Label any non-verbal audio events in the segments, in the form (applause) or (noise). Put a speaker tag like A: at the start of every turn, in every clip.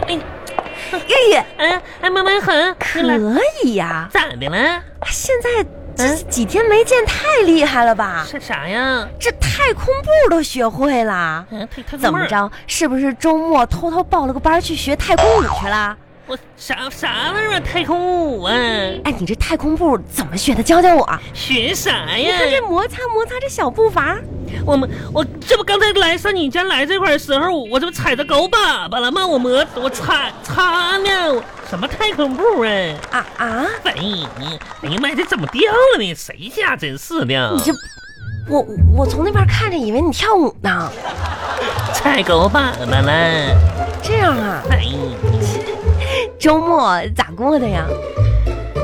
A: 哎
B: 以，
A: 嗯，哎，妈妈很
B: 可以呀、
A: 咋的了？
B: 现在这几天没见，太厉害了吧？
A: 是啥呀？
B: 这太空步都学会了，
A: 嗯，太太
B: 怎么？着？是不是周末偷偷报了个班去学太空舞去了？
A: 我啥啥玩意儿？太空舞啊？
B: 哎，你这太空步怎么学的？教教我。
A: 嗯学啥
B: 你
A: 呀？
B: 看这摩擦摩擦这小步伐，
A: 我们我这不刚才来上你家来这块儿的时候，我这不踩着狗粑粑了吗？我磨我擦擦呢，我什么太空步啊？
B: 啊啊！
A: 哎你，哎呀妈呀，这怎么掉了呢？谁家真是的
B: 你？这，我我从那边看着以为你跳舞呢。
A: 踩狗粑粑了？
B: 这样啊，
A: 哎你，
B: 周末咋过的呀？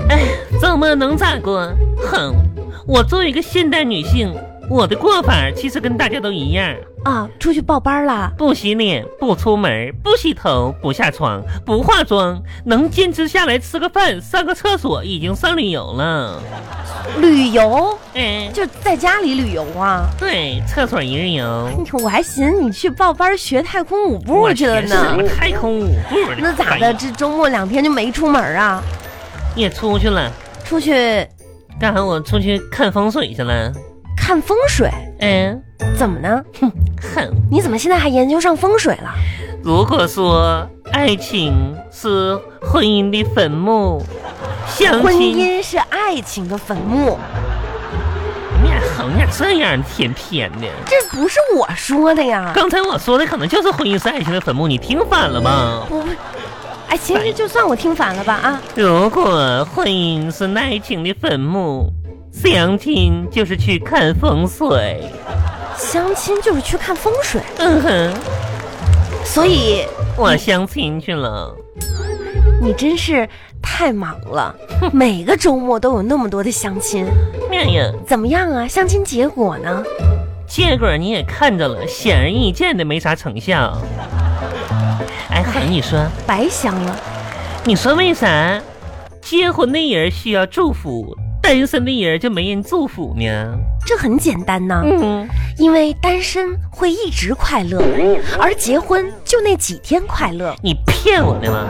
A: 哎，这么能咋过？哼，我作为一个现代女性，我的过法其实跟大家都一样。
B: 啊，出去报班了。
A: 不洗脸，不出门，不洗头，不下床，不化妆，能坚持下来吃个饭、上个厕所，已经算旅游了。
B: 旅游
A: 哎，
B: 就在家里旅游啊。
A: 对，厕所一日游。
B: 你看我还寻思你去报班学太空舞步去了
A: 什么
B: 呢。
A: 太空舞步呢？
B: 那咋
A: 哎
B: 的？
A: 呀？
B: 这周末两天就没出门啊？
A: 也出去了，
B: 出去
A: 干啥？我出去看风水去了。
B: 看风水，
A: 嗯，
B: 怎么呢？
A: 哼，
B: 你怎么现在还研究上风水了？
A: 如果说爱情是婚姻的坟墓，相
B: 婚
A: 亲，
B: 姻是爱情的坟墓，
A: 你俩横呀这样天偏的。
B: 这不是我说的呀。
A: 刚才我说的可能就是婚姻是爱情的坟墓，你听反了吧？
B: 不，哎，行行，就算我听反了吧啊。
A: 如果婚姻是爱情的坟墓，相亲就是去看风水。
B: 相亲就是去看风水，
A: 嗯哼，
B: 所以
A: 我相亲去了。
B: 你真是太忙了，每个周末都有那么多的相亲，
A: 面呀，
B: 怎么样啊？相亲结果呢？
A: 结果你也看着了，显而易见的没啥成效。哎，恒，你说，
B: 白相了，
A: 你说为啥结婚的人需要祝福，单身的人就没人祝福呢？
B: 这很简单呐、
A: 嗯，
B: 因为单身会一直快乐，而结婚就那几天快乐，
A: 你骗我呢吗？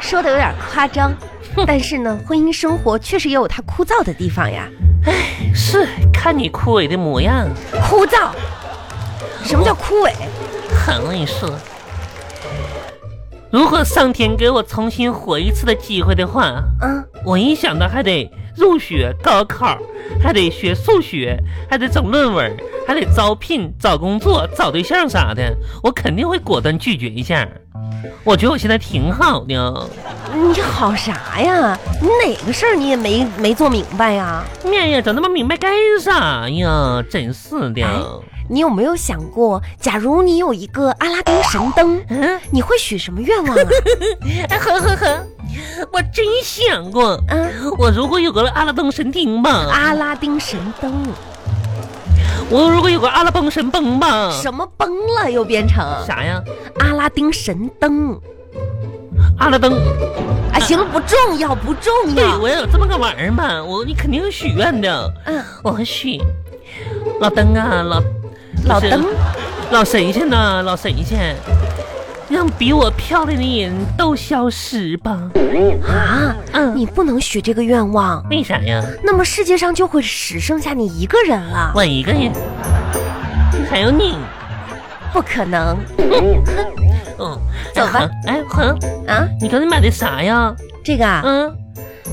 B: 说的有点夸张，但是呢，婚姻生活确实也有它枯燥的地方呀，
A: 是，看你枯萎的模样。
B: 枯燥。什么叫枯萎？
A: 狠了你说，如果上天给我重新活一次的机会的话，
B: 嗯，
A: 我一想到还得入学、高考，还得学数学，还得整论文，还得招聘、找工作、找对象啥的，我肯定会果断拒绝一下。我觉得我现在挺好的，哦
B: 你好啥呀？你哪个事儿你也没没做明白呀？
A: 面呀，整那么明白干啥呀？真是的，
B: 你有没有想过，假如你有一个阿拉丁神灯，
A: 嗯，
B: 你会许什么愿望啊？
A: 哎，呵呵呵，我真想过，
B: 嗯，
A: 我如果有个阿拉丁神灯吧，
B: 阿拉丁神灯
A: 我如果有个阿拉蹦神蹦吧，
B: 什么崩了又变成
A: 啥呀？
B: 阿拉丁神灯
A: 阿拉登，
B: 啊？行了，不重要，不重
A: 嗯对
B: 要。
A: 我有这么个玩意儿嘛，我你肯定有许愿的，
B: 嗯，
A: 我许老登啊，老
B: 老
A: 就是
B: 登
A: 老神仙呐，老神仙，让比我漂亮的人都消失吧。
B: 啊，
A: 嗯，
B: 你不能许这个愿望，
A: 为啥呀？
B: 那么世界上就会只剩下你一个人了。
A: 我一个人，还有你，
B: 不可能
A: 嗯，
B: 走吧
A: 哎。恒，哎，恒，
B: 啊！
A: 你刚才买的啥呀？
B: 这个啊，
A: 嗯，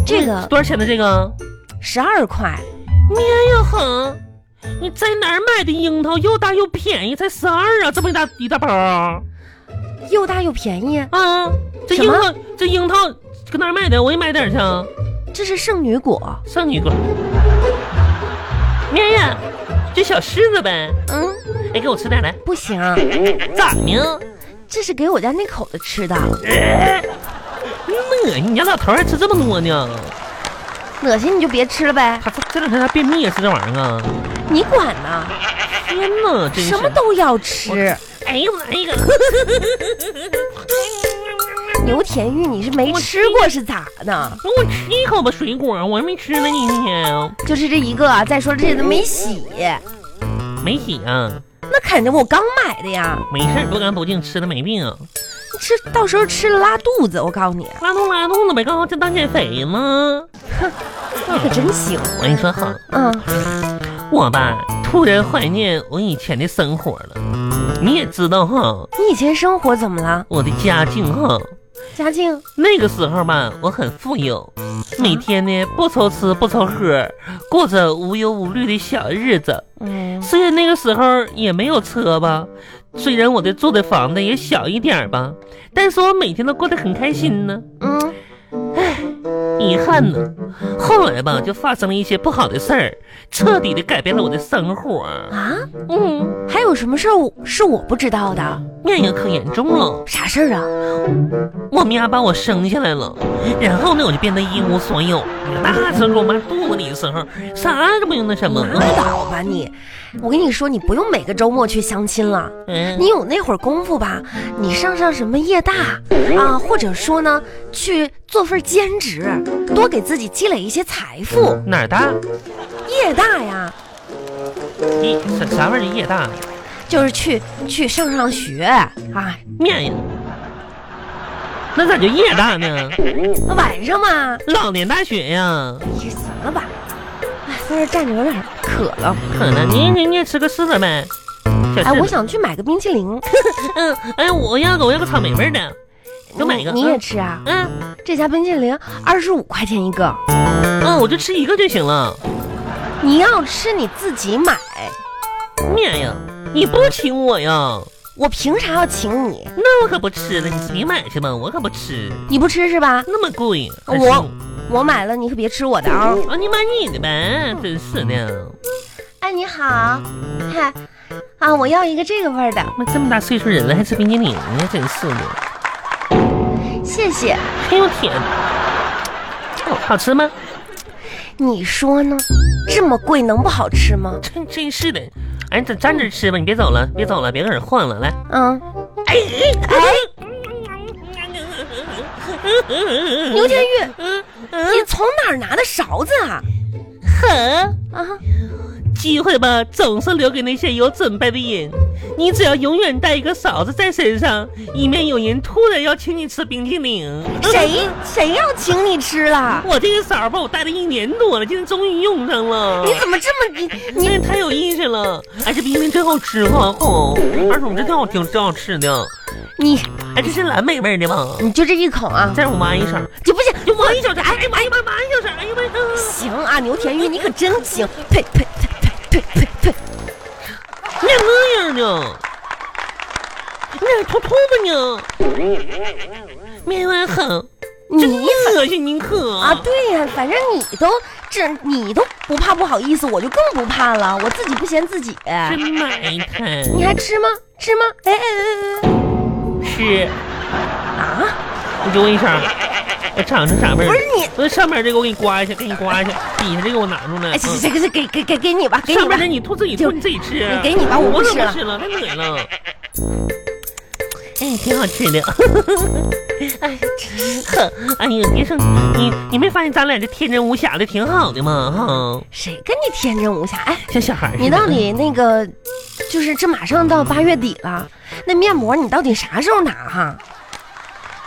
B: 这个
A: 多少钱的这个？
B: 十二块，
A: 哎呀哼，你在哪儿买的樱桃？又大又便宜，才十二啊！这么一大一大包啊！
B: 又大又便宜，
A: 啊这
B: 什
A: 樱
B: 么
A: 桃，这樱桃搁哪儿买的？我也买点儿去啊。
B: 这是圣女果。
A: 上你一个。哎呀，这小柿子呗，
B: 嗯，
A: 哎，给我吃点来。
B: 不
A: (laughs)
B: 行，
A: 咋呢？
B: 这是给我家那口子吃的。
A: 恶心！你家老头儿还吃这么多呢？
B: 恶心你就别吃了呗，
A: 他这这两天他便秘也吃这玩意儿啊！
B: 你管呢？
A: 天哪，真是
B: 什么都要吃。
A: 哎呦我来一个！
B: 牛田玉你是没吃过是咋的？
A: 我吃一口吧，水果我还没吃呢，今天
B: 就是这一个啊，再说这都没洗，
A: 没洗啊。
B: 那肯定我刚买的呀。
A: 没事儿，不干不净，吃了没病。
B: 吃到时候吃了拉肚子，我告诉你，
A: 拉动拉动了呗，刚好就当减肥吗？
B: 你可真行。
A: 我跟你说好，
B: 嗯，
A: 我吧突然怀念我以前的生活了。你也知道哈，
B: 你以前生活怎么了？
A: 我的家境哈，
B: 家境
A: 那个时候吧，我很富有，每天呢不愁吃不愁喝，过着无忧无虑的小日子。
B: 嗯
A: 虽然那个时候也没有车吧，虽然我的住的房子也小一点儿吧，但是我每天都过得很开心呢。
B: 嗯，
A: 遗憾呢，后来吧就发生了一些不好的事儿，彻底的改变了我的生活。
B: 啊，
A: 嗯，
B: 还有什么事儿我是我不知道的？
A: 那也可严重了。
B: 啥事儿啊？
A: 我妈把我生下来了，然后呢我就变得一无所有。那时候我妈肚子里的时候，啥都没有那什么。
B: 拉倒吧你！我跟你说，你不用每个周末去相亲了。
A: 嗯，
B: 你有那会儿功夫吧？你上上什么夜大啊，或者说呢，去做份兼职，多给自己积累一些财富。
A: 哪儿大？
B: 夜大呀，
A: 你啥啥玩意儿？夜大？
B: 就是去去上上学啊，
A: 面呀？那咋就夜大呢？
B: 晚上嘛，
A: 老年大学呀，
B: 你行了吧？哎，在这站着有点渴 (laughs) 了，
A: 可能你你你也吃个柿子呗。小
B: 嗯哎，
A: 柿
B: 我
A: 子
B: 想去买个冰淇 (laughs) 淋，
A: 嗯，哎，我要个我要个草莓味儿的，给我买一个。
B: 你你也吃啊？
A: 嗯
B: 这家冰淇淋二十五块钱一个，
A: 嗯，我就吃一个就行了。
B: 你要吃你自己买，
A: 面呀，你不请我呀？
B: 我凭啥要请你？
A: 那我可不吃了，你你买去吧，我可不吃，
B: 你不吃是吧？
A: 那么贵。还
B: 我
A: 送
B: 我买了，你可别吃我的啊、
A: 啊，你买你的呗，真是的，
B: (laughs) 哎，你好，嗨，啊，我要一个这个味儿的，
A: 妈这么大岁数人了还吃冰激凌呢，真是的。
B: 谢谢。
A: 哎呦天，哦好吃吗？
B: 你说呢？这么贵，能不好吃吗？
A: 真真是的，哎，咱站着吃吧，你别走了，别走了，别搁这晃了，来。
B: 嗯，
A: 哎哎哎！
B: 牛天玉，
A: 嗯
B: 你从哪儿拿的勺子啊？
A: 哼，
B: 啊，
A: 机会吧，总是留给那些有准备的人。你只要永远带一个勺子在身上，以免有人突然要请你吃冰淇淋。
B: 谁谁要请你吃了？
A: 我这个勺吧，我带了一年多了，今天终于用上了。
B: 你怎么这么你
A: 你
B: 你
A: 也太有意思了！哎，这冰淇淋真好吃哈，哦，二筒这挺好听，真好吃的。
B: 你
A: 哎，这是蓝莓味儿的吧？
B: 你就这一口啊？
A: 再让我妈一声，
B: 你不行，
A: 就妈一小声，哎哎妈呀妈呀妈一小声，哎呀妈呀！
B: 行啊，牛田玉，你可真行！呸呸呸呸呸呸呸！
A: 你咋那样呢？你咋吐吐沫呢？没完好，
B: 你
A: 恶心你可
B: 啊，对呀、反正你都这你都不怕不好意思，我就更不怕了，我自己不嫌自己。
A: 真埋汰！
B: 你还吃吗？吃吗？哎哎哎哎
A: 吃，
B: 哎！啊！
A: 你给我一声，
B: (laughs)
A: 我尝尝啥味儿。
B: 不是你，
A: 我上面这个我给你刮一下，给你刮一下，底下这个我拿出来。
B: 哎，行行行，给给给给你吧，给
A: 嗯
B: 你
A: 上
B: 吧
A: 面这。你吐自己
B: 就
A: 吐，你自己吃。啊
B: 给你吧我不
A: 可
B: 吃了
A: 吃了，太恶心了。哎，挺好吃的。 (laughs) 哎呀，哼，哎呀，别生气，你你没发现咱俩这天真无瑕的挺好的吗？哈，
B: 谁跟你天真无瑕？哎，
A: 像小孩儿似的。
B: 你到底那个，就是这马上到八月底了，那面膜你到底啥时候拿哈？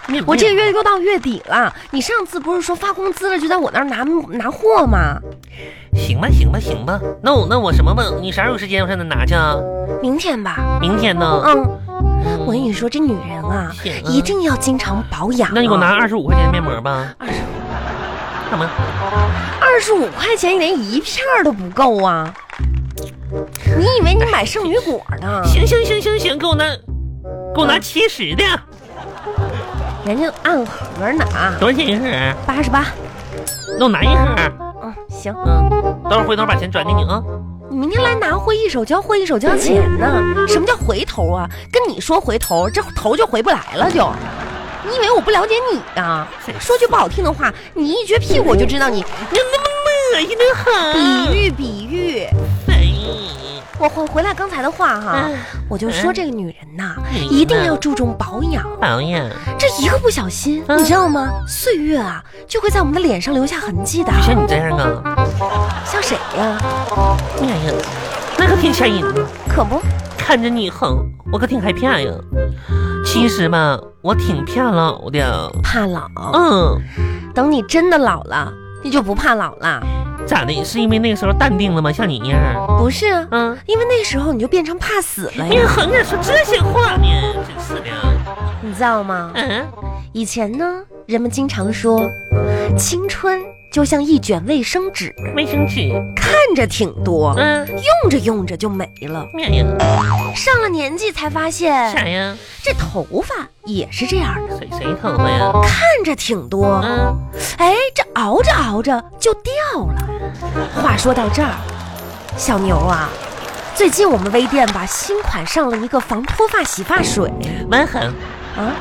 A: 面
B: 我这个月又到月底了，你上次不是说发工资了就在我那儿拿拿货吗？
A: 行吧，行吧，行吧。那我那我什么吧？你啥时候有时间我上那拿去啊？
B: 明天吧。
A: 明天呢？
B: 嗯，我跟你说，这女人啊，
A: 行啊
B: 一定要经常保养、啊
A: 那你给我拿二嗯十五块钱的面膜吧。
B: 二十
A: 干嘛？
B: 二十五块钱，连一片儿都不够啊！你以为你买圣女果呢？
A: 行行行行行，给我拿，给我拿七十的，
B: 人家按盒拿，
A: 多少钱一盒？
B: 八十八。
A: 那我拿一盒。啊
B: 嗯，行，
A: 嗯，等会儿回头把钱转给你啊。
B: 你明天来拿货，一手交货一手交钱呢。什么叫回头啊？跟你说回头，这头就回不来了就。你以为我不了解你啊？说句不好听的话，你一撅屁股我就知道你
A: 嗯哎你那么恶心的很。
B: 比喻比喻。
A: 哎，
B: 我回回来刚才的话哈，
A: 嗯
B: 我就说这个女人呐，一定要注重保养。
A: 保养
B: 这一个不小心，
A: 嗯
B: 你知道吗？岁月啊，就会在我们的脸上留下痕迹的
A: 就。像你这样啊，
B: 像谁呀、
A: 哎呀，那可挺吓人的。
B: 可不，
A: 看着你以后，我可挺害怕呀。其其实吧，我挺怕老的。
B: 怕老，
A: 嗯，
B: 等你真的老了，你就不怕老了。
A: 咋的？是因为那个时候淡定了吗？像你一样？
B: 不是啊，
A: 嗯，
B: 因为那时候你就变成怕死了
A: 你
B: 呀，
A: 横着说这些话呢，真是的。
B: 你知道吗？
A: 嗯，
B: 以前呢，人们经常说，青春就像一卷卫生纸，
A: 卫生纸，
B: 看着挺多，
A: 嗯，
B: 用着用着就没了。
A: 面呀，
B: 上了年纪才发现，
A: 啥呀？
B: 这头发也是这样的，
A: 谁谁头发呀？
B: 看着挺多，
A: 嗯，
B: 哎，这熬着熬着就掉了。话说到这儿，小牛啊，最近我们微店吧新款上了一个防脱发洗发水
A: 蛮狠。
B: 啊，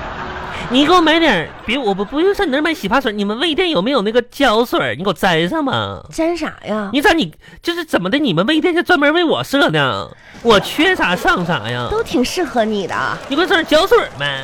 A: 你给我买点儿，别我不不用上你那儿买洗发水，你们卫店有没有那个胶水儿？你给我粘上吧。
B: 沾啥呀？
A: 你咋你就是怎么的？你们卫店是专门为我设的，我缺啥上啥呀？
B: 都挺适合你的啊。
A: 你给我整点胶水儿呗。